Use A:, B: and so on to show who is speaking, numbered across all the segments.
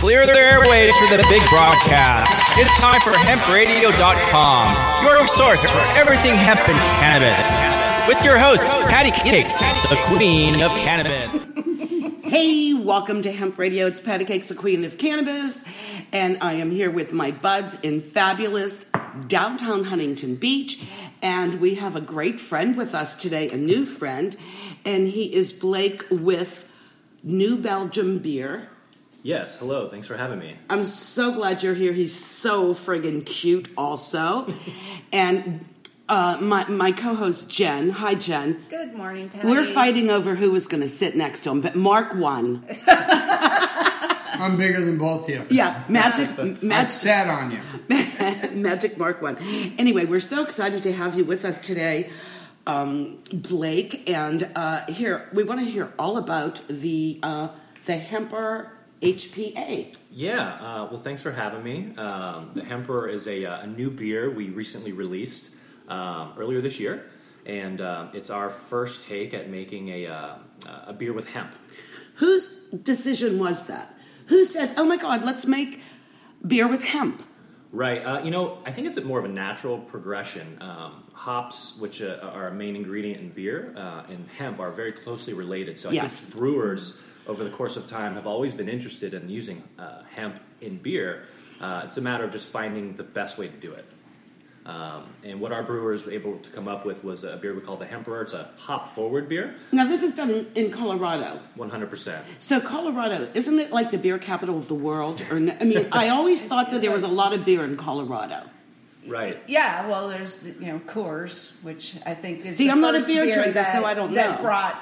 A: Clear their airways for the big broadcast. It's time for hempradio.com, your source for everything hemp and cannabis. With your host, Patty Cakes, the queen of cannabis.
B: Hey, welcome to Hemp Radio. It's Patty Cakes, the Queen of Cannabis, and I am here with my buds in fabulous downtown Huntington Beach. And we have a great friend with us today, a new friend, and he is Blake with New Belgium Beer.
C: Yes, hello. Thanks for having me.
B: I'm so glad you're here. He's so friggin' cute, also. and uh, my, my co host, Jen. Hi, Jen.
D: Good morning, Patty.
B: We're fighting over who was going to sit next to him, but Mark won.
E: I'm bigger than both of you.
B: Yeah, magic,
E: I
B: magic,
E: sat on you.
B: magic Mark one. Anyway, we're so excited to have you with us today, um, Blake. And uh, here we want to hear all about the uh, the Hemper HPA.
C: Yeah, uh, well, thanks for having me. Um, the Hemper is a, uh, a new beer we recently released um, earlier this year, and um it's our first take at making a, uh, a beer with hemp.
B: Whose decision was that? Who said, "Oh my God, let's make beer with hemp"?
C: Right. Uh, you know, I think it's more of a natural progression. Um, hops, which uh, are a main ingredient in beer, uh, and hemp are very closely related. So I
B: Yes.
C: think brewers, over the course of time, have always been interested in using uh, hemp in beer. Uh, it's a matter of just finding the best way to do it. Um, and what our brewers were able to come up with was a beer we call the Hemperer. It's a hop forward beer,
B: Now this is done in, in Colorado.
C: 100%.
B: So Colorado, isn't it like the beer capital of the world? Or n- I mean, I always thought that there was a lot of beer in Colorado.
C: Right.
D: Yeah, well, there's the, you know Coors, which I think is
B: See,
D: the
B: I'm not a
D: first
B: beer drinker,
D: that-
B: so I don't
D: that
B: know.
D: Brought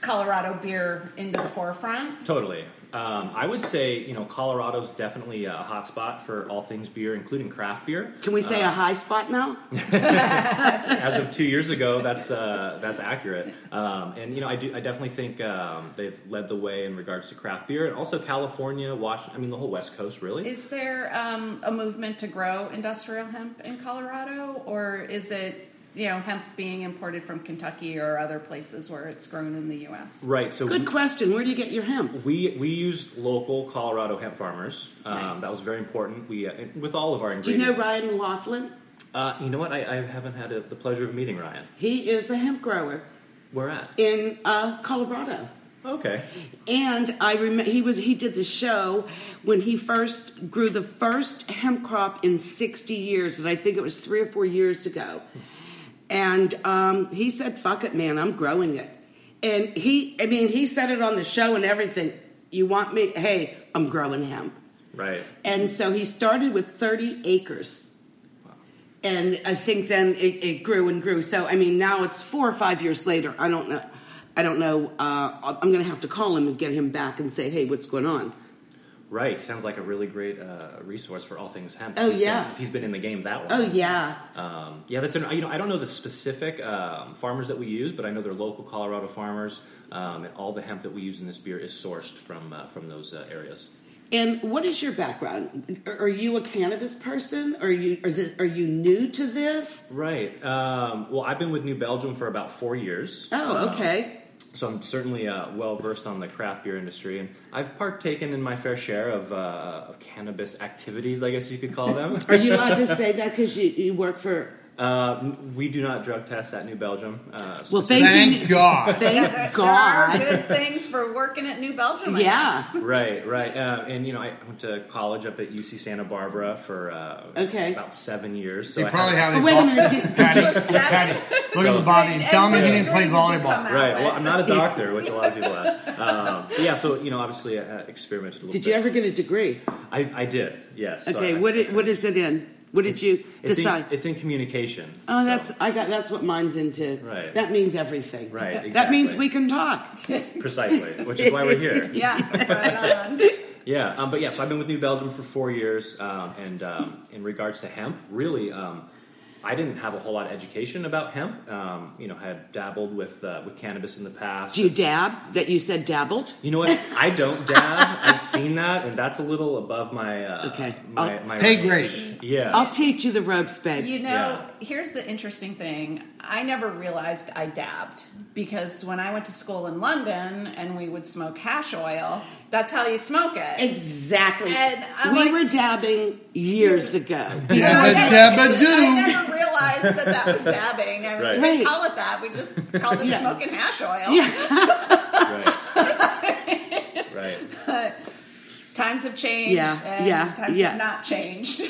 D: Colorado beer into the forefront.
C: Totally. Um, I would say, you know, Colorado's definitely a hot spot for all things beer, including craft beer.
B: Can we say a high spot now?
C: as of two years ago, that's uh, that's accurate. Um, and you know, I do, I definitely think um, they've led the way in regards to craft beer, and also California, Washington. I mean, the whole West Coast, really.
D: Is there um, a movement to grow industrial hemp in Colorado, or is it you know hemp being imported from Kentucky or other places where it's grown in the U.S.?
C: right. So
B: Good
C: we-
B: question. Where do you get your hemp?
C: we we used local Colorado hemp farmers. Um,
D: Nice.
C: That was very important. We uh, and with all of our
B: Do you know
C: ingredients.
B: Ryan Laughlin?
C: Uh, you know what? I, I haven't had a, the pleasure of meeting Ryan.
B: He is a hemp grower
C: Where at?
B: in uh, Colorado.
C: Okay.
B: And I remember he was he did the show when he first grew the first hemp crop in 60 years, and I think it was three or four years ago. And um, he said, "Fuck it, man, I'm growing it." And he, I mean, he said it on the show and everything. You want me? Hey, I'm growing hemp.
C: Right.
B: And so he started with 30 acres. And I think then it, it grew and grew. So I mean, now it's four or five years later. I don't know. I don't know. Uh, I'm going to have to call him and get him back and say, "Hey, what's going on?"
C: Right. Sounds like a really great uh, resource for all things hemp.
B: Oh,
C: He's been-
B: yeah.
C: if he's been in the game that long.
B: Oh yeah,
C: Um, yeah, that's an, you know I don't know the specific um, farmers that we use, but I know they're local Colorado farmers, um, and all the hemp that we use in this beer is sourced from uh, from those uh, areas.
B: And what is your background? Are are you a cannabis person? Are you or is it, are you new to this?
C: Right. Um, well, I've been with New Belgium for about four years.
B: Oh,
C: Um,
B: okay.
C: so I'm certainly uh, well versed on the craft beer industry, and I've partaken in my fair share of, uh, of cannabis activities, I guess you could call them.
B: Are you allowed to say that because you, you work for?
C: uh, n- we do not drug test at New Belgium. Uh,
B: Well,
C: specifically-
B: thank
E: Thank
B: you,
E: God.
B: thank
D: There are
B: God.
D: good things for working at New Belgium. I
B: Yeah.
D: guess.
C: right, right. Uh, and you know, I went to college up at UC Santa Barbara for uh,
B: Okay.
C: about seven years. So
E: They
C: I
E: probably
C: had,
E: had
B: Oh,
E: a
B: wait a
E: ball-
B: minute. Did, did
E: Patty,
B: you,
E: Patty, look at the body and tell me you didn't play volleyball.
C: right. Well, I'm not a doctor, which a lot of people ask. Um, but yeah, so you know, obviously, I uh, experimented a little.
B: did you
C: bit.
B: ever get a degree?
C: I, I did. Yes. So
B: Okay.
C: I-
B: What it, what is it in? What did you
C: It's
B: decide?
C: in, it's in communication.
B: Oh,
C: so-
B: that's I got. That's what mine's into.
C: Right.
B: That means everything.
C: Right,
B: That
C: exactly.
B: means we can talk.
C: precisely, which is why we're here.
D: Yeah. Right on.
C: Yeah, um, but yeah, so I've been with New Belgium for four years, um, and um, in regards to hemp, really, um, I didn't have a whole lot of education about hemp. Um, you know, had dabbled with uh, with cannabis in the past.
B: Do you dab? That you said dabbled.
C: You know what? I don't dab. I've seen that, and that's a little above my uh,
B: Okay.
C: my,
B: I'll-
C: my
E: Hey,
C: range.
E: great.
C: Yeah,
B: I'll teach you the ropes, babe.
D: You know,
C: Yeah.
D: here's the interesting thing. I never realized I dabbed because when I went to school in London and we would smoke hash oil, that's how you smoke it.
B: Exactly.
D: And I'm
B: we
D: like-
B: were dabbing years ago.
E: Dabba
D: I-
E: dabba
D: I
E: doo.
D: never realized that that was dabbing. I
C: Right.
D: we didn't
B: Right.
D: call it that. We just called it
B: Yeah.
D: smoking hash oil.
C: Right. right.
D: Times have changed.
B: Yeah,
D: And
B: yeah,
D: Times
B: yeah.
D: have not changed.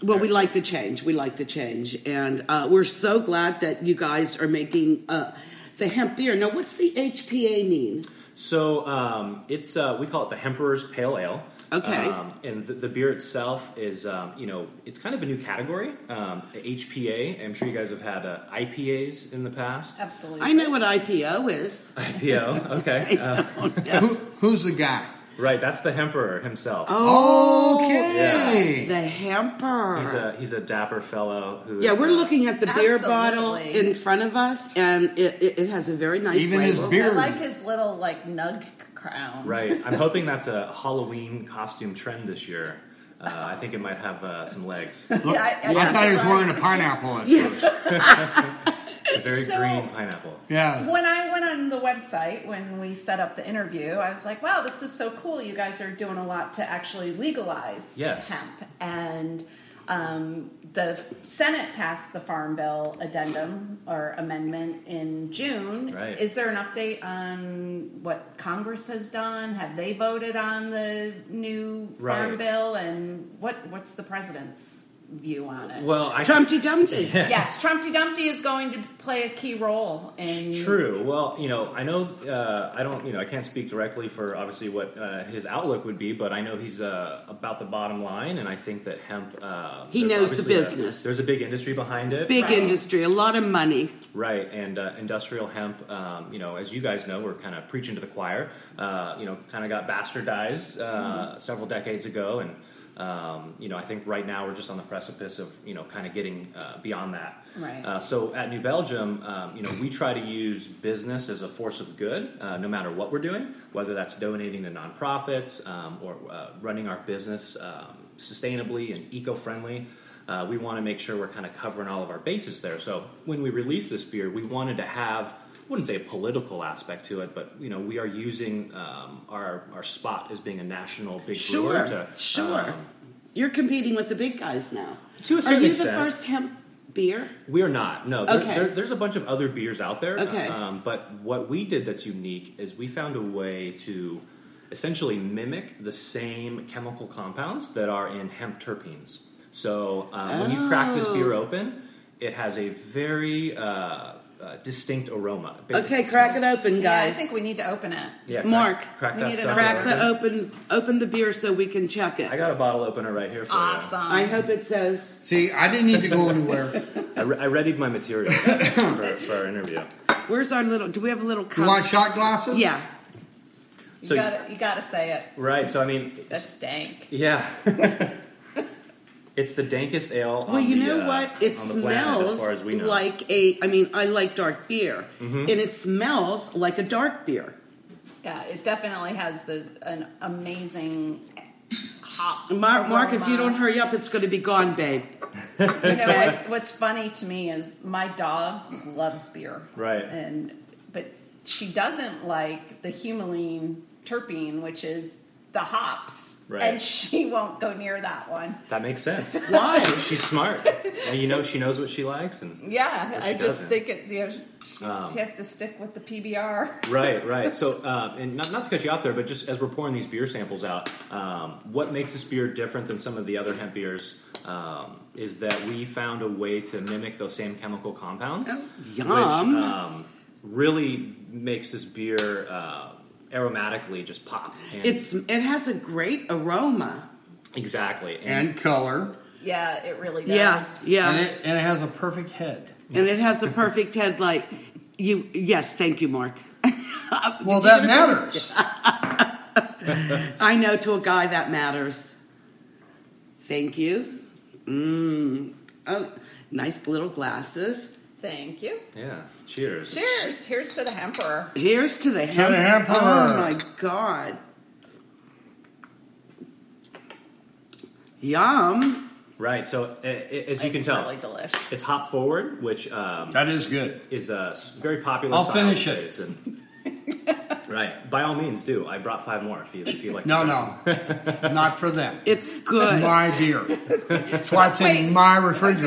B: Well, we like the change. We like the change, and uh, we're so glad that you guys are making uh, the hemp beer. Now, what's the HPA mean?
C: So um, it's uh, we call it the Hemperor's Pale Ale.
B: Okay.
C: Um, and the, the beer itself is um, you know it's kind of a new category. Um, HPA. I'm sure you guys have had uh, IPAs in the past.
D: Absolutely.
B: I know what IPO is.
C: IPO. Okay. Uh,
E: Who, who's the guy?
C: right. That's the Hemperor himself.
B: Oh.
E: Okay.
B: The hamper.
C: He's a he's a dapper fellow who.
B: yeah,
C: is,
B: we're
C: uh,
B: looking at the beer bottle
D: Absolutely.
B: in front of us, and it, it, it has a very nice
E: Even his
B: label.
E: beer-
D: I like his little like nug crown.
C: Right. I'm hoping that's a Halloween costume trend this year. Uh, I think it might have uh, some legs. It's
E: Look,
D: Yeah, I- I
E: I,
D: got
E: thought
D: it
E: he was
D: right.
E: wearing a pineapple at first.
C: a very
D: So-
C: green pineapple.
E: Yes.
D: When I went on the website when we set up the interview, I was like, "Wow, this is so cool! You guys are doing a lot to actually legalize
C: Yes.
D: hemp." And um, the Senate passed the Farm Bill addendum or amendment in June.
C: Right.
D: Is there an update on what Congress has done? Have they voted on the new Farm
C: Right.
D: Bill? And what what's the president's view on it?
C: Well, I
B: Trumpty Dumpty.
D: yes, Trumpty Dumpty is going to play a key role in
C: True. Well, you know, I know uh, I don't, you know, I can't speak directly for obviously what uh, his outlook would be, but I know he's uh, about the bottom line, and I think that hemp. Uh,
B: He
C: there's
B: knows the
C: obviously a-
B: business.
C: there's a big industry behind it.
B: Big
C: uh,
B: industry, a lot of money.
C: Right, and uh, industrial hemp, um, you know, as you guys know, we're kind of preaching to the choir. Uh, you know, kind of got bastardized uh, several decades ago, and um, you know, I think right now we're just on the precipice of you know, kind of getting uh, beyond that.
D: Right.
C: Uh, so at New Belgium, um, you know, we try to use business as a force of good, uh, no matter what we're doing, whether that's donating to nonprofits um, or uh, running our business um, sustainably and eco-friendly. Uh, we want to make sure we're kind of covering all of our bases there. So when we released this beer, we wanted to have I wouldn't say a political aspect to it, but you know, we are using um, our our spot as being a national big brewer
B: Sure,
E: uh,
C: to
B: sure.
C: um,
B: You're competing with the big guys now.
C: To a
B: Are
C: certain
B: you the
C: extent.
B: first hemp beer?
C: We are not. No. There,
B: Okay.
C: there- there's a bunch of other beers out there.
B: Okay.
C: Um, but what we did that's unique is we found a way to essentially mimic the same chemical compounds that are in hemp terpenes. So um, when you crack this beer
B: Oh.
C: open, it has a very uh, uh, distinct aroma.
B: Okay, crack it open,
D: Yeah, I
B: guys.
D: think we need to open it.
C: Yeah, crack,
B: Mark,
C: crack
D: we
C: that
D: need
C: sucker
D: another
B: Crack
D: one.
C: open.
B: the open, open the beer so we can check
C: I
B: it.
C: got a bottle opener right here for
D: Awesome.
B: I hope it says
E: See, I didn't need to go anywhere.
C: you. I, re- I readied my materials for, for our interview.
B: Where's our little? Do we have a little cup?
E: You want shot glasses?
B: Yeah.
D: you
C: So-
D: gotta, you gotta say it.
C: Right. So I mean,
D: That's dank.
C: Yeah. it's the dankest ale.
B: Well,
C: on
B: you
C: the,
B: know
C: uh,
B: what? It
C: on the planet, as
B: smells
C: far as we know. Mm-hmm.
B: like a. I mean, I like dark beer, and it smells like a dark beer.
D: Yeah, it definitely has the an amazing hop.
B: Mark, Mark, if you
D: aroma.
B: don't hurry up, it's going to be gone, babe.
D: you know what, what's funny to me is my dog loves beer,
C: Right.
D: And but she doesn't like the humulene terpene, which is the hops,
C: Right.
D: and she won't go near that one.
C: that makes sense.
B: Why?
C: She's smart, and you know she knows what she likes. And
D: Yeah,
C: But she
D: I just
C: doesn't.
D: think it. You know, she,
C: Um.
D: she has to stick with the PBR.
C: right, right. So, uh, and not, not to cut you off there, but just as we're pouring these beer samples out, um, what makes this beer different than some of the other hemp beers um, is that we found a way to mimic those same chemical compounds,
B: Oh. yum.
C: which um, really makes this beer uh, aromatically just pop. And
B: It's it has a great aroma.
C: exactly
E: And color.
D: Yeah, it really does.
B: Yes, yeah,
E: And, it, and it has a perfect head.
B: and it has a perfect head. Like you, yes, thank you, Mark.
E: Well, that matters.
B: I know to a guy that matters. Thank you. Mmm. Oh, nice little glasses.
D: Thank you.
C: yeah, cheers.
D: Cheers. Here's to the hamper.
B: Here's to the
E: the
B: hemp.
E: hemper.
B: Oh my god. Yum.
C: Right. So a- a- as you can
D: it's
C: tell,
D: really delish.
C: it's hop forward, which um,
E: That is good.
C: is a s- very popular.
E: I'll
C: style
E: finish it.
C: nowadays, And, right. By all means, do. I brought five more if you if you like.
E: No, no, not for them.
B: It's good.
E: My beer. That's why it's in my refrigerator.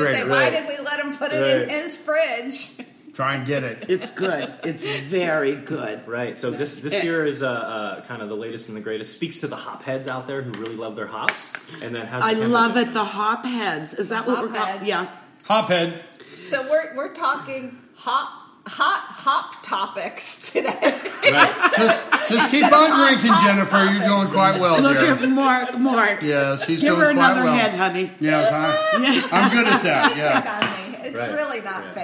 D: I was gonna say, why did we let him put it in
C: Right.
D: his fridge?
E: Try and get it.
B: It's good. It's very good.
C: Right. So this this beer is uh, uh, kind of the latest and the greatest. Speaks to the hop heads out there who really love their hops, and then has.
B: I
C: the-
B: love it. The hop heads. Is that what we're
D: Hopheads.
B: called? Yeah.
E: Hophead.
D: So we're we're talking hot hot hop topics today.
C: Right.
E: Just, just keep on drinking,
D: hot
E: Jennifer. You're doing quite well
B: Look
E: there.
B: at Mark. Mark.
E: yeah, she's
B: Give
E: doing
B: her
E: quite
B: another
E: well.
B: head, honey.
E: Yeah, okay. I'm good at that. Yeah.
D: Dummy. It's
C: Right.
D: really not
C: Yeah.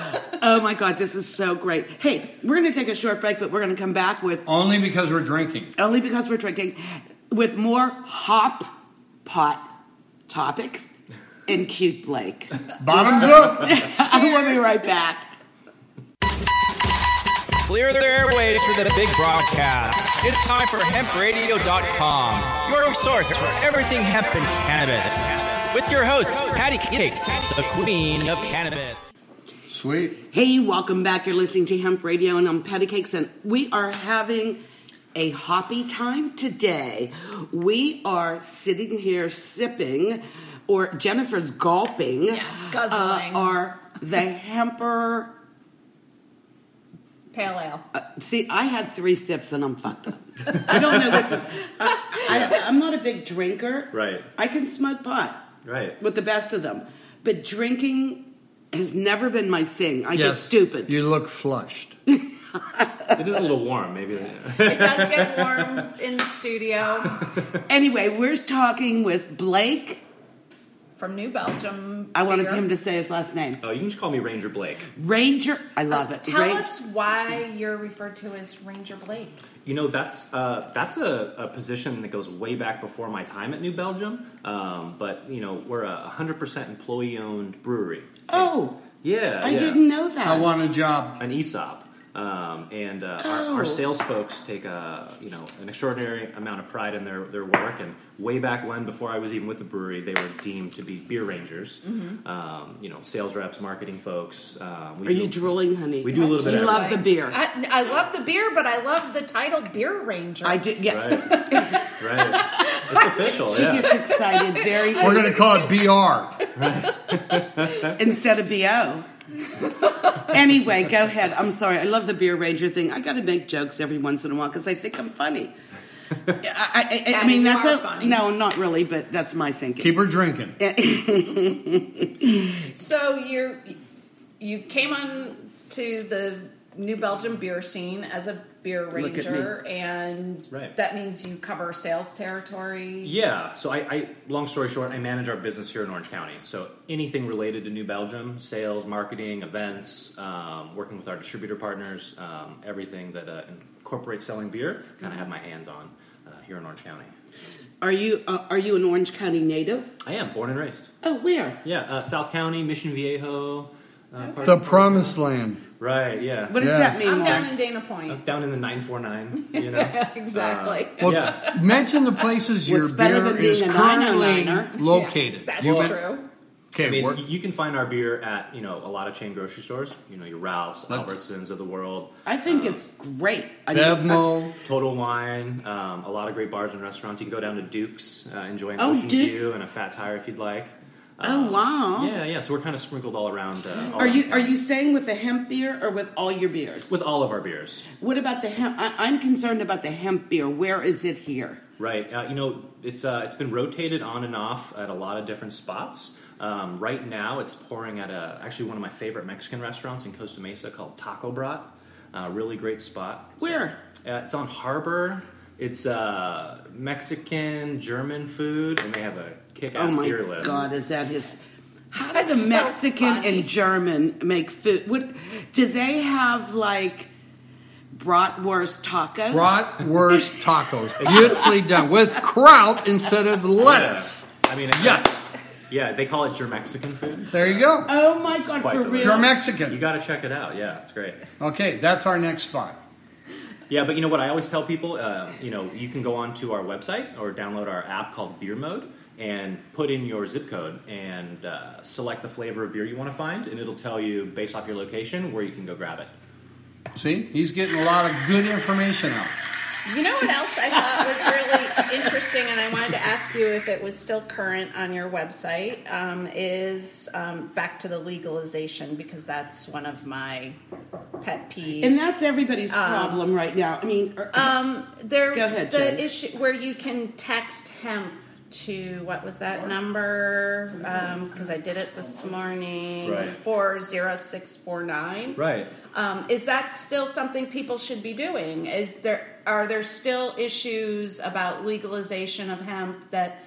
D: fair.
B: Oh my God, this is so great. Hey, we're going to take a short break, but we're going to come back with
E: Only because we're drinking.
B: only because we're drinking with more hop pot topics and cute Blake.
E: Bottoms up.
B: we'll be right back.
A: Clear the airways for the big broadcast. It's time for hempradio.com, your source for everything hemp and cannabis. With your host, Patty Cakes, the queen of cannabis.
E: Sweet.
B: Hey, welcome back. You're listening to Hemp Radio, and I'm Patty Cakes, and we are having a hoppy time today. We are sitting here sipping, or Jennifer's gulping,
D: Yeah, guzzling.
B: uh, are the hemper.
D: Pale ale.
B: uh, See, I had three sips and I'm fucked up. I don't know what to. s- I, I, I'm not a big drinker.
C: Right.
B: I can smoke pot.
C: Right.
B: with the best of them. But drinking has never been my thing. I get
E: Yes.
B: stupid.
E: You look flushed.
C: It is a little warm, maybe. Uh,
D: It does get warm in the studio
B: anyway, we're talking with Blake.
D: from New Belgium.
B: I wanted
D: beer.
B: him to say his last name.
C: Oh, you can just call me Ranger Blake.
B: Ranger. I love it.
D: Tell
B: Ran-
D: us why you're referred to as Ranger Blake.
C: You know, that's uh, that's a, a position that goes way back before my time at New Belgium. Um, but you know, we're a 100% employee-owned brewery.
B: Oh,
C: Yeah,
B: I
C: yeah.
B: didn't know that.
E: I want a job.
C: an E ESOP. Um, and uh,
B: Oh.
C: our, our sales folks take a, you know an extraordinary amount of pride in their, their work. And way back when, before I was even with the brewery, they were deemed to be beer rangers. Um, you know, sales reps, marketing folks. Um, we
B: Mm-hmm. Are you
C: do-
B: drooling, honey?
C: We do a little bit
B: You
C: of
B: love the
C: everything.
B: beer. I,
D: I, I love the beer, but I love the title Beer Ranger.
B: did. Yeah.
C: Right, right. It's official.
B: She
C: yeah.
B: gets excited very
E: We're going to call it BR.
B: instead of bo. anyway, go ahead. I'm sorry. I love the beer ranger thing. I got to make jokes every once in a while because I think I'm funny. I, I, I, I
D: Yeah,
B: mean,
D: you
B: that's
D: are
B: a
D: funny.
B: no, not really, but that's my thinking.
E: Keep her drinking.
D: So you you came on to the New Belgium beer scene as a beer
B: Look at
D: ranger, and
C: Right.
D: that means you cover sales territory.
C: Yeah. So I, I, long story short, I manage our business here in Orange County. So anything related to New Belgium, sales, marketing, events, um, working with our distributor partners, um, everything that uh, incorporates selling beer, kind of have my hands on uh, here in Orange County.
B: Are you uh, are you an Orange County native?
C: I am born and raised.
B: Oh, where?
C: Yeah, uh, South County, Mission Viejo. Uh, part-
E: The promised land.
C: right. Yeah.
B: What does
E: Yes.
B: that mean?
D: I'm down
B: Mark?
D: in Dana Point.
C: Down in the nine four nine. You know.
D: exactly.
C: Uh,
E: Well,
C: yeah.
E: t- mention the places your
B: What's better
E: beer
B: than being
E: is
B: a
E: currently
B: 909er?
E: located.
D: That's
E: You men-
D: true.
E: Okay,
C: I mean,
E: we're-
C: y- you can find our beer at you know a lot of chain grocery stores. You know your Ralphs,
E: Let's-
C: Albertsons of the world.
B: I think it's great. I mean, I-
E: Bevmo.
C: Total Wine, um, a lot of great bars and restaurants. You can go down to Duke's, uh, enjoy an
B: Oh,
C: ocean
B: Duke.
C: view and a fat tire if you'd like.
B: oh wow.
C: Yeah, yeah. So we're kind of sprinkled all around. Uh, all
B: Are
C: around
B: you
C: town.
B: are you saying with the hemp beer or with all your beers?
C: with all of our beers?
B: what about the hemp? I, I'm concerned about the hemp beer. Where is it here?
C: Right. Uh, you know, it's uh, it's been rotated on and off at a lot of different spots. Um, right now, it's pouring at a actually one of my favorite Mexican restaurants in Costa Mesa called Taco Brat. Uh, really great spot. It's, uh,
B: Where?
C: Uh, it's on Harbor. It's uh, Mexican, German food, and they have a
B: Oh
C: kick-ass
B: my
C: beer list.
B: God, is that his? How do
D: That's
B: the
D: so
B: Mexican
D: funny.
B: and German make food? What do they have like bratwurst tacos?
E: Bratwurst tacos. Beautifully done. With kraut instead of lettuce.
C: Yeah. I mean, it's-
E: Yes.
C: yeah, they call it your Mexican food.
E: There you go.
B: oh my God,
C: quite
B: for
C: delicious.
E: You're
B: real?
C: You
E: Mexican.
C: got to check it out. Yeah, it's great.
E: Okay, that's our next spot.
C: Yeah, um, but you know what? I always tell people, uh, you know, you can go onto our website or download our app called Beer Mode, and put in your zip code and uh, select the flavor of beer you want to find, and it'll tell you based off your location where you can go grab it.
E: See, he's getting a lot of good information out.
D: You know what else I thought was really interesting, and I wanted to ask you if it was still current on your website, um, is um, back to the legalization because that's one of my pet peeves.
B: And that's everybody's problem right now. I mean, er-
D: um, there,
B: Go ahead,
D: the
B: Jen.
D: issue where you can text hemp to what was that number? Because I did it this morning,
C: Right.
D: four zero six four nine.
C: Right.
D: Um, is that still something people should be doing? Is there are there still issues about legalization of hemp that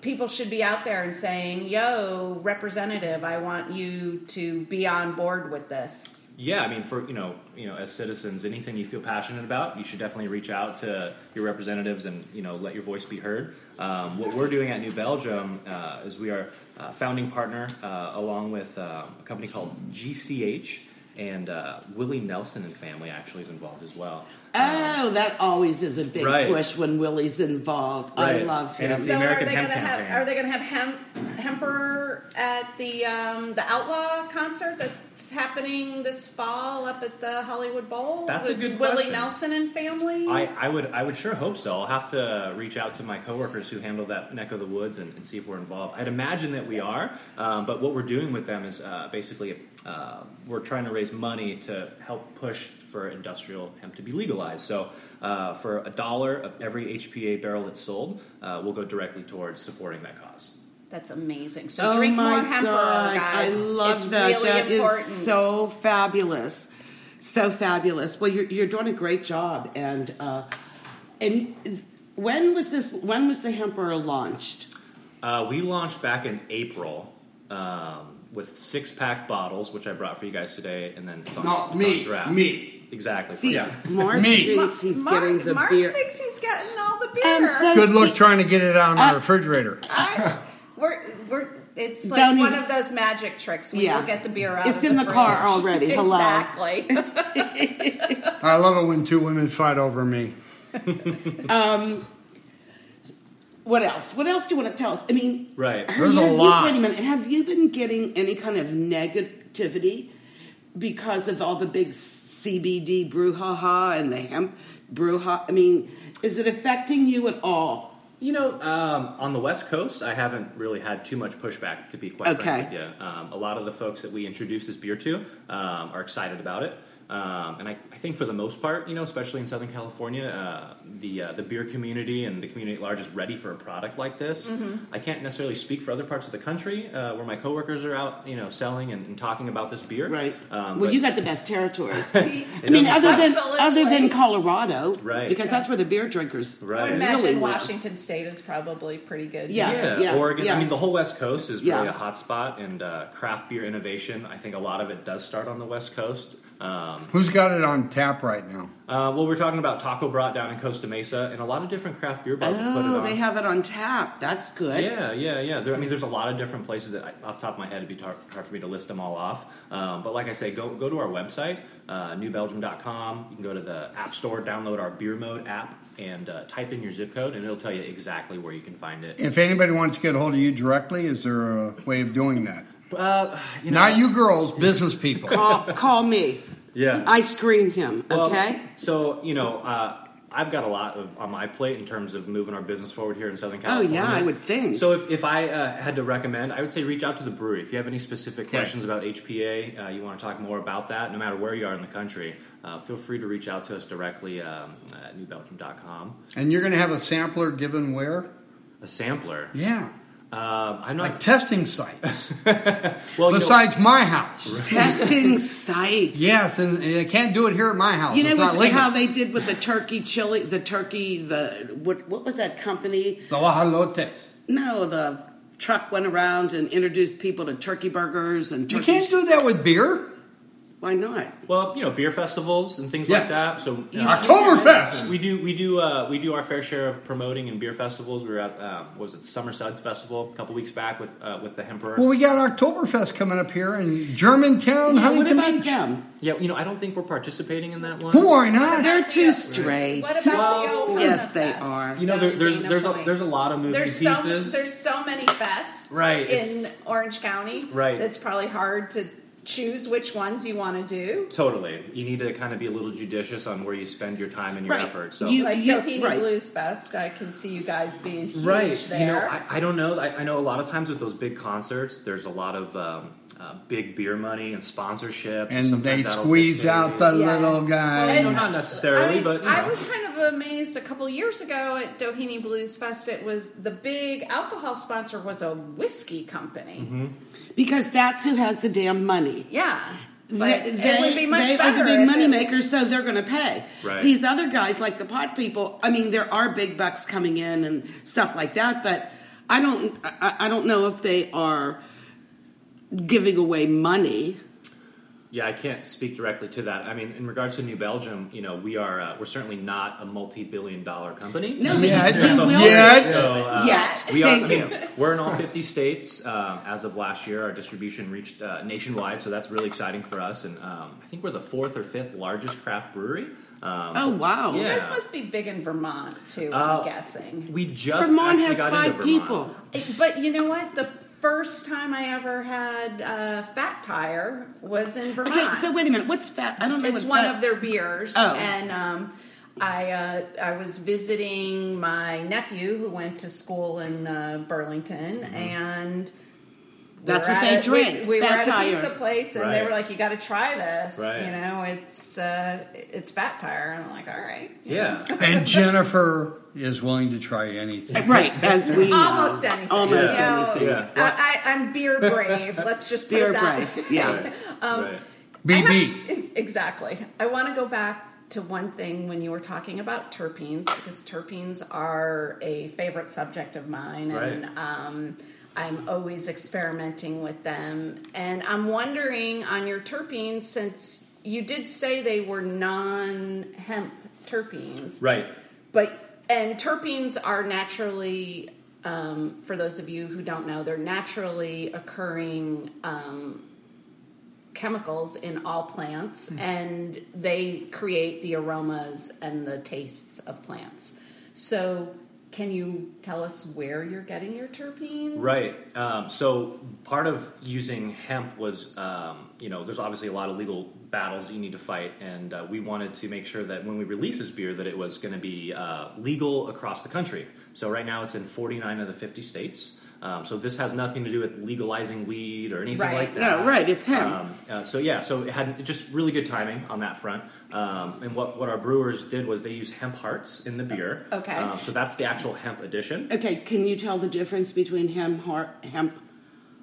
D: people should be out there and saying, "Yo, representative, I want you to be on board with this."
C: Yeah, I mean, for you know, you know, as citizens, anything you feel passionate about, you should definitely reach out to your representatives and you know let your voice be heard. Um, what we're doing at New Belgium uh, is we are uh, founding partner uh, along with uh, a company called GCH and uh, Willie Nelson and family actually is involved as well.
B: oh, that always is a big
C: Right.
B: push when Willie's involved. I
C: Right.
B: love
C: And
B: him.
C: it's- The
D: So are
C: American
D: they
C: Hemp
D: gonna have
C: Campaign.
D: are they gonna have hemp hemper at the um, the outlaw concert that's happening this fall up at the Hollywood Bowl?
C: That's a
D: with
C: good
D: Willie
C: question.
D: Nelson and family.
C: I, I would I would sure hope so. I'll have to reach out to my coworkers who handle that neck of the woods and, and see if we're involved. I'd imagine that we are, um, but what we're doing with them is uh, basically uh, we're trying to raise money to help push for industrial hemp to be legalized. So uh, for a dollar of every HPA barrel that's sold, uh, will go directly towards supporting that cause.
D: That's amazing. So
B: oh
D: drink
B: my
D: more hemper,
B: God.
D: guys.
B: I love
D: it's
B: that.
D: Really
B: That is
D: important.
B: so fabulous. So fabulous. Well, you're, you're doing a great job. And, uh, and when was this, when was the Hemper launched?
C: Uh, we launched back in April. Um, with six pack bottles, which I brought for you guys today, and then it's on,
E: Not
C: it's on
E: me,
C: draft.
E: me.
C: exactly.
B: See,
C: yeah.
B: Mark
E: Me.
B: thinks he's
D: Mark,
B: getting the
D: Mark
B: beer.
D: thinks he's getting all the beer.
B: I'm so
E: Good luck
B: sweet.
E: trying to get it out of my
B: Uh,
E: refrigerator.
D: I- we're we're it's like
B: Don't
D: one
B: even-
D: of those magic tricks. We
B: Yeah.
D: will get the beer out.
B: It's
D: of
B: in
D: the,
B: the car
D: fridge.
B: already. Hello.
D: Exactly.
E: I love it when two women fight over me.
B: What else? What else do you want to tell us? I mean,
C: Right.
B: have
E: There's a
B: you-
E: lot.
B: Wait a minute. Have you been getting any kind of negativity because of all the big CBD brouhaha and the hemp brouhaha? I mean, is it affecting you at all?
C: You know, um, on the West Coast, I haven't really had too much pushback, to be quite frank
B: Okay.
C: with you. Um, a lot of the folks that we introduce this beer to um, are excited about it. Um, and I, I think for the most part, you know, especially in Southern California, uh, the uh, the beer community and the community at large is ready for a product like this.
B: Mm-hmm.
C: I can't necessarily speak for other parts of the country uh, where my coworkers are out, you know, selling and, and talking about this beer.
B: Right.
C: Um,
B: well,
C: but-
B: you got the best territory. I
C: It
B: mean,
C: doesn't
B: other than
D: Absolutely.
B: other than Colorado,
C: Right.
B: Because that's where the beer drinkers.
D: I would
C: Right.
D: imagine
B: Really well.
D: Washington State is probably pretty good.
B: Yeah.
C: Yeah,
B: yeah,
C: Oregon.
B: yeah.
C: I mean, the whole West Coast is really
B: Yeah.
C: a hot spot, and uh, craft beer innovation. I think a lot of it does start on the West Coast. Um,
E: Who's got it on tap right now?
C: uh, well, we're talking about Taco Brat down in Costa Mesa, and a lot of different craft beer bars have put it
B: Oh,
C: on.
B: they have it on tap. That's good.
C: yeah, yeah, yeah. There, I mean, there's a lot of different places that, I, off the top of my head, it'd be tar- hard for me to list them all off. Um, but like I say, go go to our website, uh, newbelgium.com. You can go to the App Store, download our Beer Mode app, and uh, type in your zip code, and it'll tell you exactly where you can find it.
E: If anybody wants to get a hold of you directly, is there a way of doing that?
C: Uh, you know,
E: Not you girls, business people.
B: Call, call me.
C: yeah.
B: I screen him.
C: Well,
B: Okay.
C: Um, So you know, uh, I've got a lot of, on my plate in terms of moving our business forward here in Southern
B: Oh
C: California.
B: yeah, I would think.
C: So if, if I uh, had to recommend, I would say reach out to the brewery. If you have any specific
E: Okay.
C: questions about HPA, uh, you want to talk more about that, no matter where you are in the country, uh, feel free to reach out to us directly um, at newbelgium.com.
E: And you're going to have a sampler given where?
C: A sampler.
E: Yeah,
C: Um, I'm
E: like
C: not.
E: testing sites.
B: Oh,
C: well, you know-
E: Besides my house.
B: testing sites.
E: Yes, and and I can't do it here at my house.
B: You
E: it's
B: know
E: not
B: what,
E: legal.
B: how they did with the turkey chili, the turkey, the what? What was that company?
E: the Lajalotes.
B: No, the truck went around and introduced people to turkey burgers and
E: You
B: turkey.
E: can't do that with beer.
B: Why not?
C: Well, you know, beer festivals and things like
E: Yes.
C: that. So you know,
E: Oktoberfest.
C: we do we do uh, we do our fair share of promoting in beer festivals. We were at um, what was it Summer Suds Festival a couple weeks back with uh, with the Hemperer.
E: Well, we got Oktoberfest coming up here in Germantown,
B: what
E: Huntington
B: about
E: Beach.
B: them?
C: yeah, you know, I don't think we're participating in that one.
E: Why not?
B: They're too straight.
D: What about the old
B: yes,
D: Oktoberfest?
B: they are.
C: You know, there, there's
D: Dana
C: there's a,
D: Point.
C: there's a lot of moving
D: There's so
C: pieces.
D: there's so many fests
C: Right,
D: in
C: it's-
D: Orange County.
C: Right.
D: It's probably hard to choose which ones you want to do.
C: totally, you need to kind of be a little judicious on where you spend your time and your
B: Right.
C: efforts. So.
B: You-
D: Like Doheny
B: right.
D: Blues Fest, I can see you guys being huge
C: Right,
D: there.
C: you know, I, I don't know. I, I know a lot of times with those big concerts, there's a lot of um, uh, big beer money and sponsorships,
E: And
C: sometimes
E: they
C: that'll
E: squeeze
C: dictate-
E: out the
D: Yeah.
E: little guys.
C: you know, not necessarily,
D: I mean,
C: but you
D: I
C: know.
D: was kind of amazed a couple years ago at Doheny Blues Fest. It was the big alcohol sponsor was a whiskey company.
C: Mm-hmm.
B: Because that's who has the damn money.
D: Yeah, but
B: They,
D: it would be much
B: they
D: better.
B: are the big
D: if
B: money
D: it-
B: makers, so they're going to pay.
C: Right.
B: These other guys, like the pot people, I mean, there are big bucks coming in and stuff like that, but I don't, I, I don't know if they are giving away money.
C: Yeah, I can't speak directly to that. I mean, in regards to New Belgium, you know, we are uh, we're certainly not a multi-billion-dollar company.
B: No, but
E: Yeah,
B: you still will.
E: yeah,
B: be.
E: it's-
C: So, uh,
B: Yet,
C: we are.
B: thank
C: I
B: you.
C: mean, we're in all 50 states um, as of last year. Our distribution reached uh, nationwide, so that's really exciting for us. And um, I think we're the fourth or fifth largest craft brewery. Um,
B: Oh wow!
C: Yeah.
D: This must be big in Vermont too.
C: Uh,
D: I'm guessing.
C: we just
B: Vermont
C: actually
B: has
C: got
B: five
C: into Vermont.
B: people.
D: It- But you know what? The first time I ever had uh, Fat Tire was in Vermont.
B: Okay, so wait a minute. What's fat? I don't know.
D: it's
B: what
D: one
B: fat-
D: of their beers,
B: Oh.
D: and um, I uh, I was visiting my nephew who went to school in uh, Burlington, and we
B: Mm-hmm. That's
D: were
B: what
D: at
B: they
D: a- we-
B: drink,
D: We, were
B: Fat
D: at a
B: Tire.
D: pizza place, and they
C: Right.
D: were like, "You got to try this.
C: Right.
D: You know, it's uh, it's Fat Tire." And I'm like, "All right."
C: Yeah.
E: And Jennifer is willing to try anything.
B: right as we know.
D: Almost anything.
B: Almost
D: you know?
B: anything.
C: Yeah.
D: I, I, I'm beer brave. Let's just put
B: Beer
D: it that
B: brave. Yeah.
C: Right.
B: Um,
C: right.
E: BB.
D: exactly. I want to go back to one thing when you were talking about terpenes because terpenes are a favorite subject of mine, and
C: Right.
D: um, I'm always experimenting with them. And I'm wondering on your terpenes since you did say they were non-hemp terpenes,
C: Right.
D: but and terpenes are naturally, um, for those of you who don't know, they're naturally occurring um, chemicals in all plants, and they create the aromas and the tastes of plants. So, can you tell us where you're getting your terpenes?
C: Right. Um, so part of using hemp was, um, you know, there's obviously a lot of legal battles you need to fight, and uh, we wanted to make sure that when we release this beer, that it was going to be uh, legal across the country. So right now it's in 49 of the 50 states. Um, so this has nothing to do with legalizing weed or anything
D: Right.
C: like that.
B: No, right. It's him.
C: Um, uh, so yeah, so it had just really good timing on that front. Um, and what, what our brewers did was they used hemp hearts in the beer.
D: Okay.
C: Um, so that's the actual hemp addition.
B: okay, can you tell the difference between hemp, heart, hemp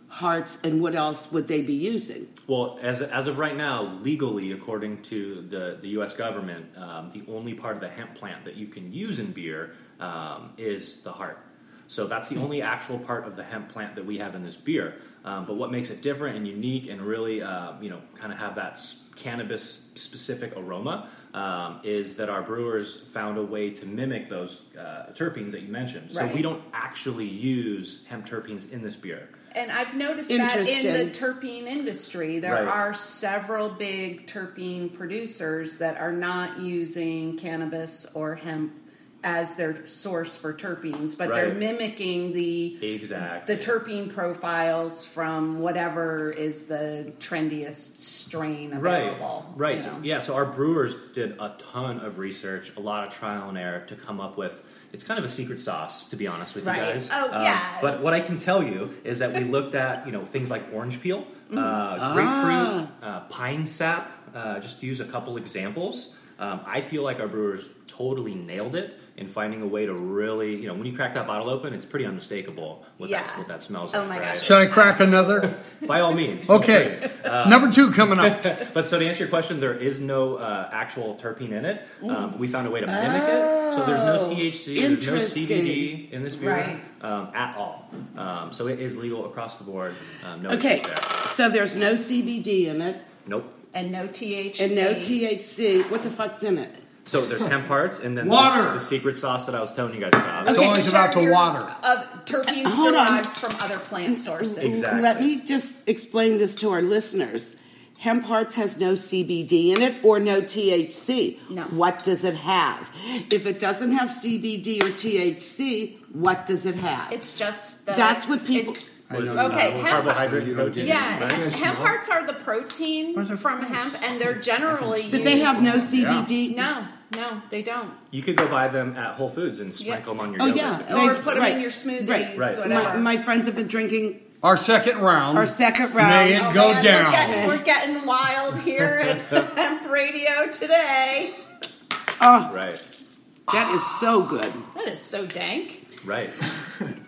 B: hearts and what else would they be using?
C: Well, as, as of right now, legally, according to the, the U.S. government, um, the only part of the hemp plant that you can use in beer um, is the heart. So that's
D: Hmm.
C: the only actual part of the hemp plant that we have in this beer. Um, but what makes it different and unique and really, uh, you know, kind of have that cannabis specific aroma um, is that our brewers found a way to mimic those uh, terpenes that you mentioned. So
D: Right.
C: we don't actually use hemp terpenes in this beer.
D: And I've noticed that in the
B: Interesting.
D: terpene industry, there
C: Right.
D: are several big terpene producers that are not using cannabis or hemp as their source for terpenes, but they're
C: Right.
D: mimicking the
C: Exactly.
D: the terpene profiles from whatever is the trendiest strain available.
C: Right. Right.
D: you
C: So,
D: know.
C: yeah. So our brewers did a ton of research, a lot of trial and error to come up with. It's kind of a secret sauce, to be honest with
D: Right.
C: you guys.
D: Oh,
C: Um,
D: yeah.
C: But what I can tell you is that we looked at you know things like orange peel,
D: Mm-hmm.
C: uh,
D: Ah.
C: grapefruit, uh, pine sap. Uh, just to use a couple examples, um, I feel like our brewers totally nailed it in finding a way to really you know when you crack that bottle open, it's pretty unmistakable what
D: Yeah.
C: that what that smells
D: Oh
C: like.
D: my
C: right?
D: gosh.
E: Should I crack another?
C: By all means. feel free.
E: Okay. Number two coming up.
C: But so to answer your question, there is no uh, actual terpene in it. Um, we found a way to mimic it. So there's
B: Oh,
C: no THC, there's no
B: interesting.
C: CBD in this beer
D: Right.
C: um, at all. Um, so it is legal across the board. Um, no
B: Okay,
C: issues there.
B: so there's no CBD in it.
C: Nope.
D: and no THC.
B: and no THC. What the fuck's in it?
C: So there's hemp hearts, and then
E: Water.
C: there's the secret sauce that I was telling you guys about.
E: It's
B: Okay,
E: always about the water.
D: Of terpenes
B: Hold on.
D: derived from other plant sources.
C: Exactly.
B: Let me just explain this to our listeners. Hemp Hearts has no CBD in it or no THC.
D: No.
B: What does it have? If it doesn't have CBD or THC, what does it have?
D: It's just the,
B: That's what people-
D: it's-
E: I know
C: Uh,
E: you
D: okay,
C: well,
D: hemp-
C: carbohydrate and protein.
D: Yeah,
E: Right.
D: hemp hemp hearts are the protein
E: Where's it
D: from
E: from?
D: hemp, and they're generally.
B: but they have no
D: used-
B: CBD.
D: No, no, they don't.
C: You could go buy them at Whole Foods and sprinkle
D: Yeah.
C: them on your
B: Oh
C: yogurt.
B: yeah.
D: Or
B: They-
D: put 'em in
B: right,
D: your smoothies,
B: Right.
C: Right.
D: whatever. Oh,
B: My, my friends have been drinking
E: Our second round.
B: our second round.
E: May it go
D: man,
E: down.
D: We're getting, we're getting wild here at hemp radio today.
B: Oh,
C: Right,
B: that is so good.
D: That is so dank.
C: right.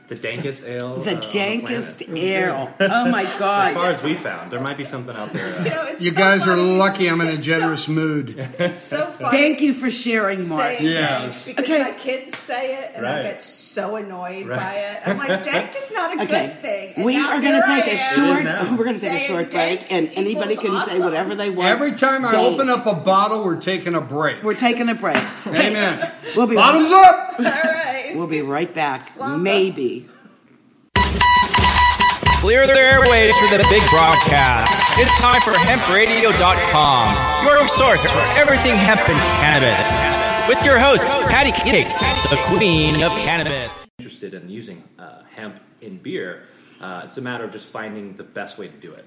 C: the dankest ale.
B: The
C: uh, on
B: dankest
C: planet.
B: ale. Oh my
C: As far
B: god.
C: as we found, there might be something out there.
D: You
C: Uh,
D: know, it's
E: you
D: so
E: guys are
D: funny.
E: lucky I'm in a
D: It's
E: generous mood.
D: So, it's so funny.
B: Thank you for sharing, Mark.
D: saying
E: Yes.
D: dank because
B: Okay.
D: my kids say it and I
C: Right.
D: get so annoyed
C: Right.
D: by it. I'm like, dank is not a good thing.
B: Okay,
D: And
B: we
D: now
B: are going to
D: here
B: take
D: I
B: a
D: am.
C: It is
B: short.
C: now.
B: We're going to take a
D: Saying
B: short
D: dank
B: break, and anybody can
D: equals
B: say whatever
D: awesome.
B: they want.
E: Every time I
B: Don't.
E: open up a bottle, we're taking a break.
B: we're taking a break.
E: Amen.
B: We'll be
E: Bottoms up.
D: All right.
B: We'll be right back.
D: Slump.
B: Maybe.
A: Clear their airways for the big broadcast. It's time for hempradio.com, your source for everything hemp and cannabis. With your host, Patty Cakes, the queen of cannabis.
C: interested in using uh, hemp in beer, uh, it's a matter of just finding the best way to do it.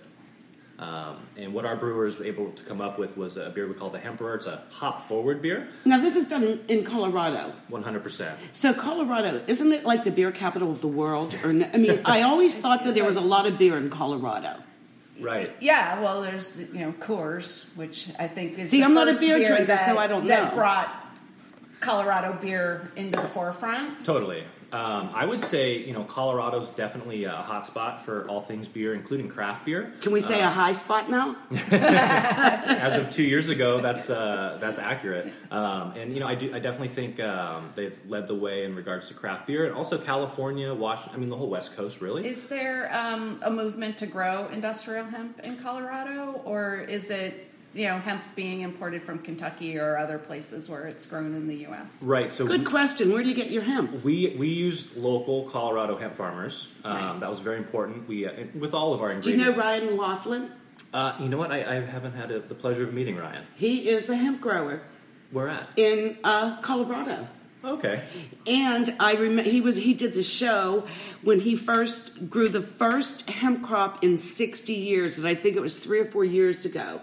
C: Um, and what our brewers were able to come up with was a beer we call the Hemperer. It's a hop forward beer,
B: Now this is done in, in Colorado.
C: 100%.
B: So Colorado isn't it like the beer capital of the world? Or n- I mean, I always thought that there was a lot of beer in Colorado.
C: Right.
D: Yeah, well, there's the- you know Coors, which I think is
B: See,
D: the
B: I'm not a
D: first
B: beer drinker,
D: that-
B: so I don't
D: that
B: know.
D: Brought Colorado beer into the forefront.
C: Totally. Um, I would say, you know, Colorado's definitely a hot spot for all things beer, including craft beer.
B: Can we say a high spot now?
C: As of two years ago, that's uh, that's accurate. Um, and you know, I do, I definitely think um, they've led the way in regards to craft beer, and also California, Washington. I mean, the whole West Coast, really.
D: Is there um, a movement to grow industrial hemp in Colorado, or is it you know hemp being imported from Kentucky or other places where it's grown in the U.S.?
C: Right. So
B: Good question. Where do you get your hemp?
C: We we used local Colorado hemp farmers. Um,
D: Nice.
C: That was very important. We uh, and with all of our
B: Do you know
C: ingredients.
B: Ryan Laughlin?
C: Uh, you know what? I, I haven't had a, the pleasure of meeting Ryan.
B: He is a hemp grower
C: Where at?
B: in uh, Colorado.
C: Okay.
B: And I remember he was he did the show when he first grew the first hemp crop in 60 years, and I think it was three or four years ago.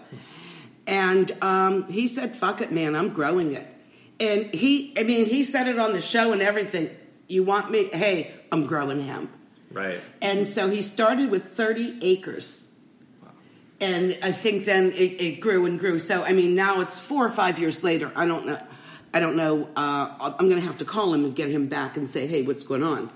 B: And um, he said, "Fuck it, man, I'm growing it." And he, I mean, he said it on the show and everything. You want me? Hey, I'm growing hemp.
C: Right.
B: And so he started with 30 acres. And I think then it, it grew and grew. So I mean, now it's four or five years later. I don't know. I don't know. Uh, I'm going to have to call him and get him back and say, "Hey, what's going on?"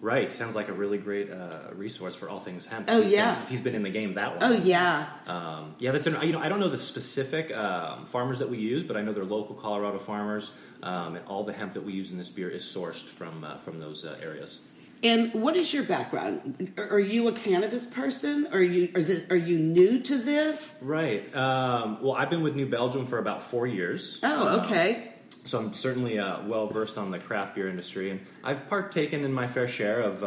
C: Right. Sounds like a really great uh, resource for all things hemp.
B: Oh,
C: He's
B: yeah.
C: Been, he's been in the game that
B: Oh
C: long.
B: yeah,
C: Um, yeah, that's an, you know I don't know the specific um, farmers that we use, but I know they're local Colorado farmers, um, and all the hemp that we use in this beer is sourced from uh, from those uh, areas.
B: And what is your background? Are are you a cannabis person? Are you or is it, are you new to this?
C: Right. Um, well, I've been with New Belgium for about four years.
B: Oh,
C: Um,
B: okay.
C: So I'm certainly uh, well versed on the craft beer industry, and I've partaken in my fair share of, uh,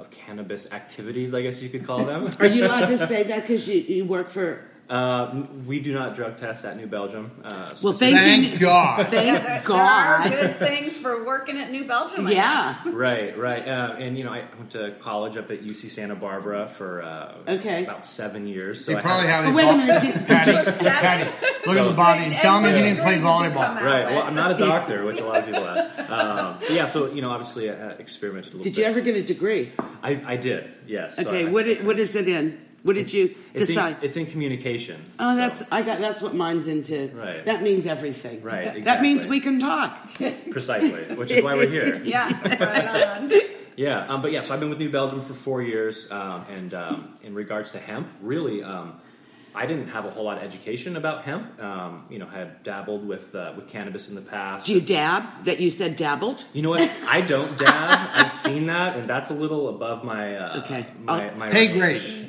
C: of cannabis activities, I guess you could call them.
B: Are you allowed to say that because you, you work for?
C: uh, n- we do not drug test at New Belgium. Uh,
B: Well,
C: specific-
B: thank, you.
E: Thank God.
B: Thank
D: There-
B: God.
D: There are good things for working at New Belgium. I
B: Yeah.
D: guess.
C: right, right, uh, and you know I went to college up at UC Santa Barbara for uh,
B: Okay.
C: about seven years. So
E: They
C: I
E: probably had
C: had-
B: Oh,
E: a
B: wait a minute. Did- did
E: Patty,
B: you-
E: Patty, look at the body and tell me you didn't play volleyball.
C: Right. Well, I'm not a doctor, which a lot of people ask. Um, but yeah. So you know, obviously, I uh, experimented a little.
B: Did you
C: bit.
B: ever get a degree?
C: I, I did. Yes. so
B: Okay,
C: I-
B: what it, what is it in? What did you
C: It's in,
B: decide?
C: it's in communication.
B: oh,
C: so-
B: that's I got. That's what mine's into.
C: Right.
B: That means everything.
C: Right,
B: That means
C: exactly.
B: we can talk.
C: precisely, which is why we're here.
D: Yeah, right on.
C: Yeah, um, but yeah, so I've been with New Belgium for four years, um, and um, in regards to hemp, really, um, I didn't have a whole lot of education about hemp. Um, you know, had dabbled with uh, with cannabis in the past.
B: Do you dab that you said dabbled?
C: You know what? I don't dab. I've seen that, and that's a little above my uh,
B: Okay.
C: my,
B: I'll-
C: my
E: Pay
C: range.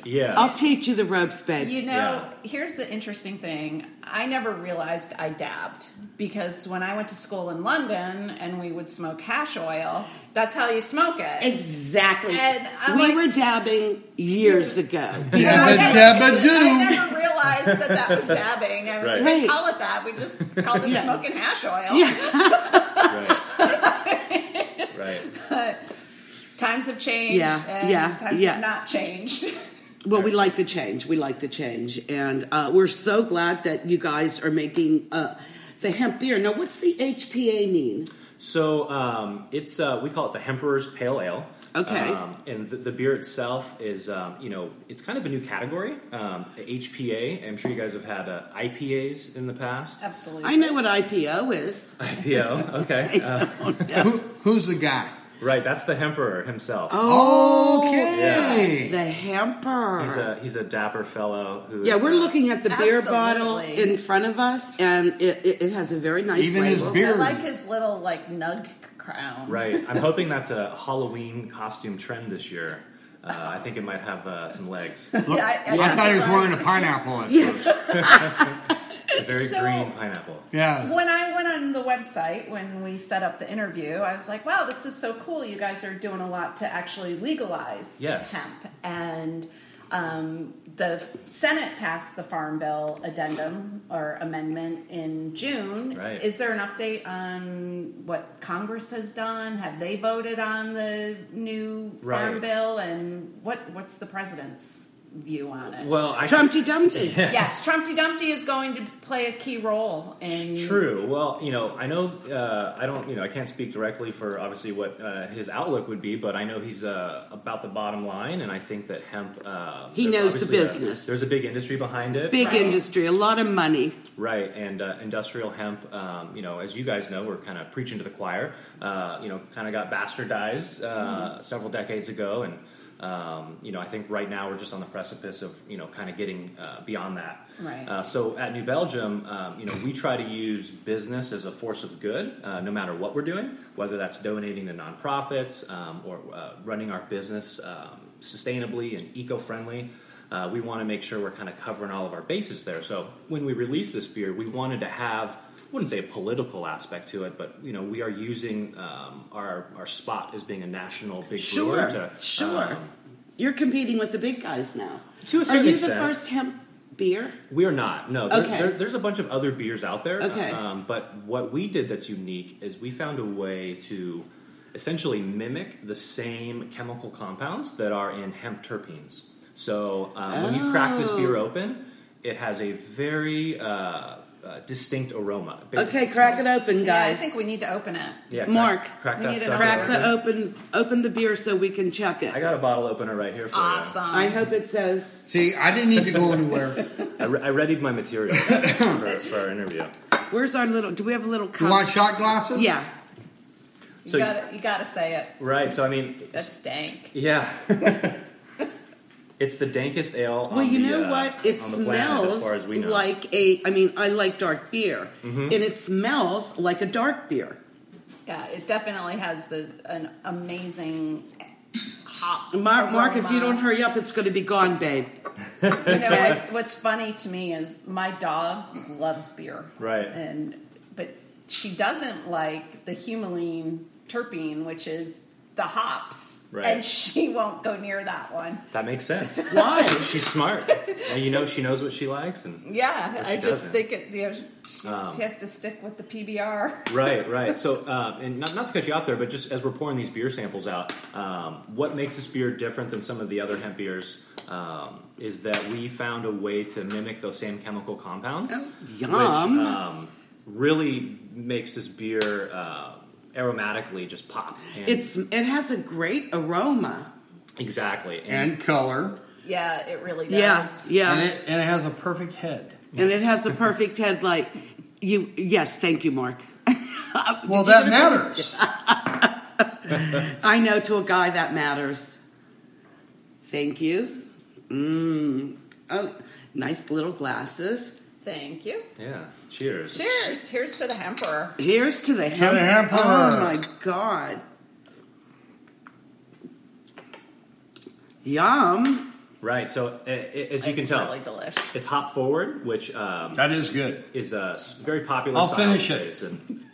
E: grade.
C: Yeah,
B: I'll teach you the ropes, babe.
D: You know,
C: Yeah.
D: here's the interesting thing. I never realized I dabbed because when I went to school in London and we would smoke hash oil, that's how you smoke it.
B: exactly.
D: And I'm
B: we
D: like-
B: were dabbing years ago.
D: And I
E: Dabba
D: never-
E: dabba
D: I
E: doo.
D: never realized that that was dabbing. I
C: Right.
D: we didn't
B: Right.
D: call it that. We just called it
B: Yeah.
D: smoking hash oil.
B: yeah.
C: right. right.
D: Times have changed.
B: Yeah,
D: And
B: yeah,
D: Times
B: yeah.
D: have not changed.
B: Well, we like the change. We like the change, and uh, we're so glad that you guys are making uh, the hemp beer. Now, what's the HPA mean?
C: So um, it's uh, we call it the Hemperor's Pale Ale.
B: Okay.
C: Um, and the, the beer itself is um, you know it's kind of a new category. Um, HPA. I'm sure you guys have had uh, IPAs in the past.
D: Absolutely.
B: I know what IPO is.
C: IPO. Okay. Uh,
E: Who, who's the guy?
C: right. That's the Hemperer himself.
B: Oh,
E: Okay.
B: The hamper.
C: He's a he's a dapper fellow who.
B: yeah,
C: is,
B: we're
C: uh,
B: looking at the beer
D: Absolutely.
B: bottle in front of us, and it, it, it has a very nice
E: Even his
B: label.
E: beer-
D: I like his little like nug crown.
C: Right. I'm hoping that's a Halloween costume trend this year. Uh, I think it might have uh, some legs. It's
D: Yeah, I, I
E: I
D: think
E: thought he was
D: you're
E: wearing a
D: right.
E: pineapple. At first.
C: a very
D: So-
C: green pineapple.
E: Yes.
D: When I went on the website when we set up the interview, I was like, "Wow, this is so cool! You guys are doing a lot to actually legalize
C: Yes.
D: hemp." And um, the Senate passed the Farm Bill addendum or amendment in June.
C: Right.
D: Is there an update on what Congress has done? Have they voted on the new Farm
C: Right.
D: Bill? And what what's the president's view on it?
C: Well, I
B: Trumpty Dumpty.
D: yes, Trumpty Dumpty is going to play a key role in
C: True. Well, you know, I know uh, I don't, you know, I can't speak directly for obviously what uh, his outlook would be, but I know he's uh, about the bottom line, and I think that hemp. Uh,
B: He
C: there's
B: knows the
C: obviously a-
B: business.
C: there's a big industry behind it.
B: Big
D: Right.
B: industry, a lot of money.
C: Right, and uh, industrial hemp, um, you know, as you guys know, we're kind of preaching to the choir. Uh, you know, kind of got bastardized
B: Mm-hmm.
C: uh, several decades ago, and um, you know, I think right now we're just on the precipice of you know, kind of getting uh, beyond that.
D: Right.
C: Uh, so at New Belgium, um, you know, we try to use business as a force of good, uh, no matter what we're doing, whether that's donating to nonprofits um, or uh, running our business um, sustainably and eco-friendly. Uh, we want to make sure we're kind of covering all of our bases there. So when we released this beer, we wanted to have I wouldn't say a political aspect to it, but you know we are using um, our our spot as being a national big
B: Sure,
C: brewer to
B: sure.
C: um,
B: You're competing with the big guys now.
C: To a
B: are
C: certain
B: you the
C: extent.
B: first hemp beer?
C: We are not. No. There,
B: Okay.
C: there- there's a bunch of other beers out there.
B: Okay.
C: Um, but what we did that's unique is we found a way to essentially mimic the same chemical compounds that are in hemp terpenes. So um, when you crack this beer
B: Oh.
C: open, it has a very uh, uh, distinct aroma.
B: Okay, crack it open,
D: Yeah, I
B: guys.
D: think we need to open it.
C: Yeah, crack-
B: Mark,
C: crack,
D: we
C: that
D: need an
C: sucker
B: crack
C: open.
B: the open open the beer so we can check it.
C: I got a bottle opener right here for
D: Awesome.
B: I hope it says
E: See, I didn't need to go anywhere.
C: you. I, re- I readied my materials for, for our interview.
B: where's our little do we have a little cup?
E: You want shot glasses?
B: Yeah.
D: you
C: So-
D: gotta you gotta say it.
C: Right. So I mean,
D: That's dank.
C: Yeah. it's the dankest ale.
B: Well,
C: on
B: you
C: the,
B: know
C: uh,
B: what? It
C: on the planet,
B: smells
C: as far as we know. Mm-hmm.
B: like a. I mean, I like dark beer, and it smells like a dark beer.
D: Yeah, it definitely has the an amazing hop.
B: Mark, Mark, if you
D: aroma.
B: don't hurry up, it's going to be gone, babe.
D: you know
B: Okay.
D: what, what's funny to me is my dog loves beer,
C: Right.
D: And but she doesn't like the humulene terpene, which is the hops,
C: Right.
D: and she won't go near that one.
C: that makes sense.
B: Why?
C: She's smart, and you know she knows what she likes. And
D: Yeah,
C: But she
D: I just
C: doesn't.
D: think it. You know, she,
C: Um,
D: she has to stick with the PBR.
C: right, right. So, uh, and not, not to cut you off there, but just as we're pouring these beer samples out, um, what makes this beer different than some of the other hemp beers? Um, is that we found a way to mimic those same chemical compounds,
B: Oh. yum.
C: which um, really makes this beer uh, aromatically just pop. And
B: It's it has a great aroma.
C: exactly
E: And color.
D: Yeah, it really does.
B: Yes, yeah,
E: And, it, and it has a perfect head.
B: and it has a perfect headlight. You yes, thank you, Mark.
E: Well, that matters.
B: I know to a guy that matters. Thank you. Mm. Oh, nice little glasses.
D: Thank you.
C: Yeah. Cheers.
D: Cheers. Here's to the hemperer.
B: Here's to the
E: the
B: hemp-
E: hemperer.
B: Oh my god. Yum.
C: Right. So a- a- as you can
D: it's
C: tell,
D: really delish.
C: it's hop forward, which um,
E: That is good.
C: is a s- very popular.
E: I'll
C: style
E: finish it.
C: nowadays, And,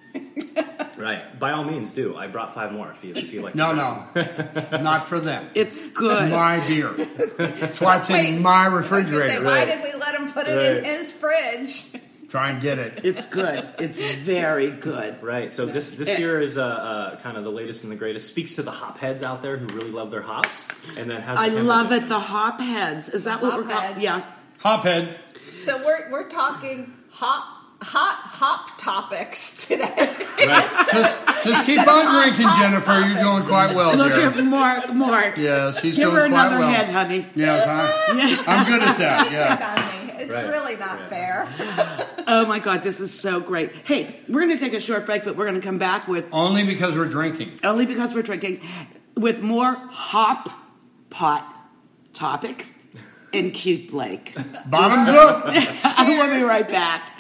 C: right. By all means, do. I brought five more if you if you like.
E: No, no, not for them.
B: It's good.
E: My beer. That's why it's
D: Wait,
E: in my
D: I was gonna say,
E: refrigerator.
D: why
C: Right.
D: did we let him put it in
C: Right.
D: his fridge?
E: Try and get it.
B: It's good. It's very good.
C: Right. So this this beer is uh, uh, kind of the latest and the greatest. Speaks to the hop heads out there who really love their hops, and then has.
B: I
C: the-
B: love it. The hop heads. Is that what we're
D: Hop
B: calling?
D: heads.
B: Yeah.
E: Hophead.
D: So we're we're talking hot hot hop topics today.
E: Right. Just, just keep on drinking,
D: hot
E: Jennifer. You're doing
D: topics.
E: quite well
B: Look
E: there.
B: at Mark. Mark.
E: Yeah, she's
B: Give
E: doing
B: her
E: quite
B: another
E: well.
B: head, honey.
E: Yeah, huh? I'm good at that. Yeah.
D: Donnie, it's
C: Right.
D: really not
C: Yeah.
D: fair.
B: Oh my God, this is so great. Hey, we're going to take a short break, but we're going to come back with
E: Only because we're drinking.
B: only because we're drinking with more hop pot topics and cute Blake.
E: Bottoms up.
B: we'll be right back.